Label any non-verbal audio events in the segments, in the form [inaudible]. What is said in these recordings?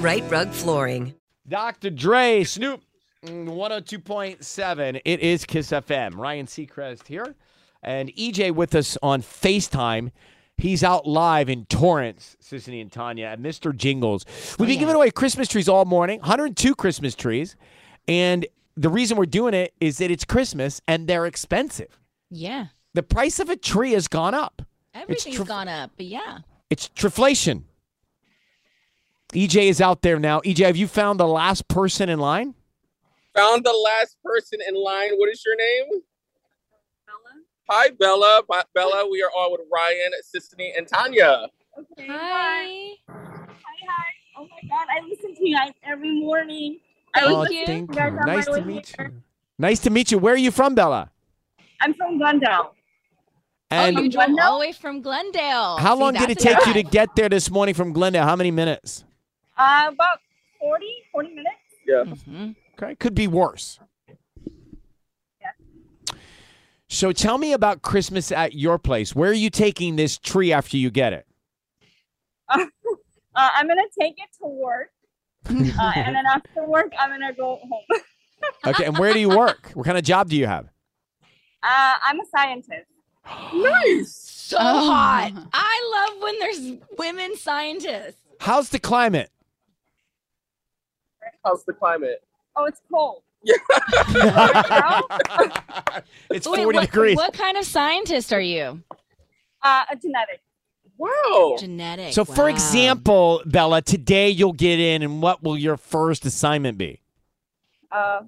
Right Rug Flooring. Dr. Dre, Snoop, mm, 102.7. It is Kiss FM. Ryan Seacrest here, and EJ with us on FaceTime. He's out live in Torrance, Sissany and Tanya at Mr. Jingles. We've been giving away Christmas trees all morning, 102 Christmas trees. And the reason we're doing it is that it's Christmas and they're expensive. Yeah. The price of a tree has gone up. Everything's true. gone up, but yeah. It's triflation. EJ is out there now. EJ, have you found the last person in line? found the last person in line. What is your name? Bella. Hi, Bella. Bi- Bella, we are all with Ryan, Sissany, and Tanya. Hi. Hi, hi. Oh my god, I listen to you guys every morning. I Oh, was you. thank You guys you. are my Nice to way meet here. you. Nice to meet you. Where are you from, Bella? I'm from Glendale. And oh, you drove Glendale? all the way from Glendale. how See, long did it that's take you a- to get there this morning from Glendale? How many minutes? Uh, about 40, 40 minutes. [laughs] Yeah. Mhm. Okay, could be worse. Yeah. So tell me about Christmas at your place. Where are you taking this tree after you get it? Uh, uh, I'm gonna take it [laughs] to work, uh, and then after work, I'm gonna go home. [laughs] Uh, Okay, and where do you work? What kind of job do you have? Uh, I'm a scientist. So hot. I love when there's women scientists. How's the climate? [laughs] How's the climate? Oh, it's cold. [laughs] it's 40 what, degrees. What kind of scientist are you? Uh, a genetic. Wow. Genetic. So, for wow. example, Bella, today you'll get in, and what will your first assignment be? Uh,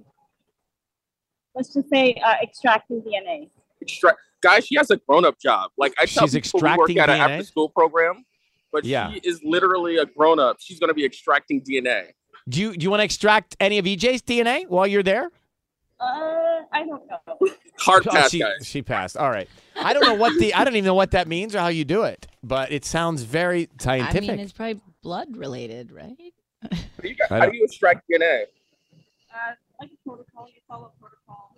let's just say uh, extracting DNA. Extract. Guys, she has a grown up job. Like, I tell She's people who work extracting at an DNA? after school program, but Yeah. she is literally a grown up. She's going to be extracting DNA. Do you do you want to extract any of E EJ's DNA while you're there? Uh, I don't know. [laughs] Hard Oh, pass, she, guys. she passed. All right. I don't know what the I don't even know what that means or how you do it, but it sounds very I scientific. mean, it's probably blood related, right? How do you, guys- I how don't- do you extract DNA? Uh, like a protocol, you follow a protocol.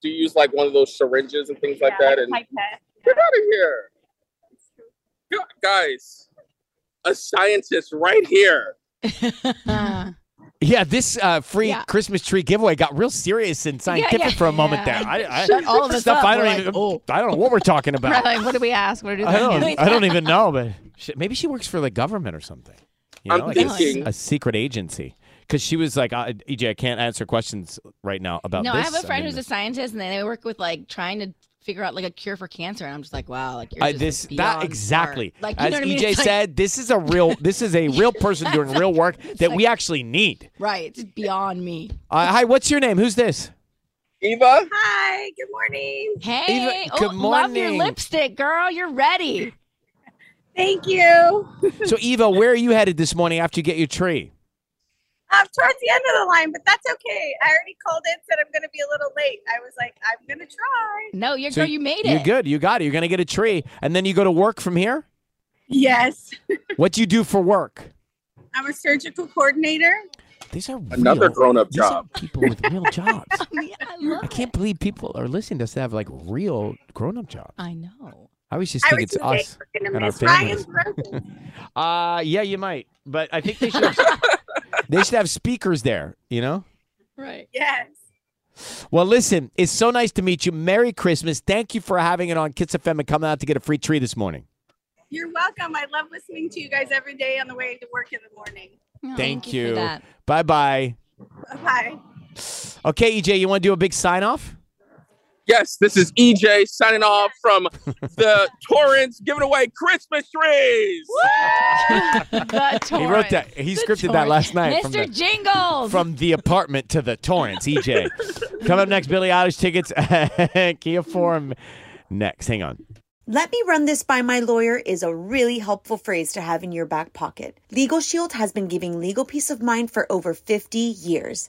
Do you use like one of those syringes and things like yeah, that? a And [laughs] pipette. get out of here. It's true. Gu- Guys, a scientist right here. yeah, this uh, free Yeah. Christmas tree giveaway got real serious and Yeah, yeah. scientific for a moment Yeah. there. I, I, Shut all of us stuff up. I don't We're like, even oh. I don't know what we're [laughs] talking about. Right, like, what do we ask? What do we I don't ask? I don't even know, but she, maybe she works for the government or something. You I'm know, like a s- thinking. a, secret agency. Because she was like, uh, E I, EJ, I can't answer questions right now about no, this. I have a friend mean, who's a scientist, and they they work with like trying to figure out like a cure for cancer, and I'm just like, wow, like you're Uh, just this like, that beyond exactly. smart. Like you As know what I mean? EJ It's like- said, this is a real this [laughs] is a real person doing real work that we actually need. right? It's beyond me. Uh, hi, what's your name? Who's this? Eva? Hi, good morning. Hey, Eva, oh, good love your morning. lipstick, girl. You're ready. Thank you. So Eva, where are you headed this morning after you get your tree? I'm towards the end of the line, but that's okay. I already called in, said I'm going to be a little late. I was like, I'm going to try. No, you're So girl. You made it. You're good. You got it. You're gonna get a tree, and then you go to work from here. Yes, What do you do for work? I'm a surgical coordinator. These are Another real- grown-up these are job. people with [laughs] real jobs. Yeah, I love I can't believe people are listening to us that have like real grown-up jobs. it. I know. I always just I think was it's gonna say us. we're gonna and our miss Ryan's families. birthday. Uh, yeah, you might, but I think they should. Have, they should have speakers there. You know. Right. [laughs] yes. Well, listen, it's so nice to meet you. Merry Christmas. Thank you for having it on Kids FM and coming out to get a free tree this morning. You're welcome. I love listening to you guys every day on the way to work in the morning. No, Thank for you. that. Bye bye. Bye. Okay, EJ, you want to do a big sign off? Yes, this is EJ signing off from the Torrance giving away Christmas trees. the He wrote that. He scripted that last night from Mr. the, Jingles. from the apartment to the torrents. EJ, coming up next, Billy Eilish tickets, [laughs] Kia Forum. Next, hang on. Let me run this by my lawyer is a really helpful phrase to have in your back pocket. Legal Shield has been giving legal peace of mind for over 50 years.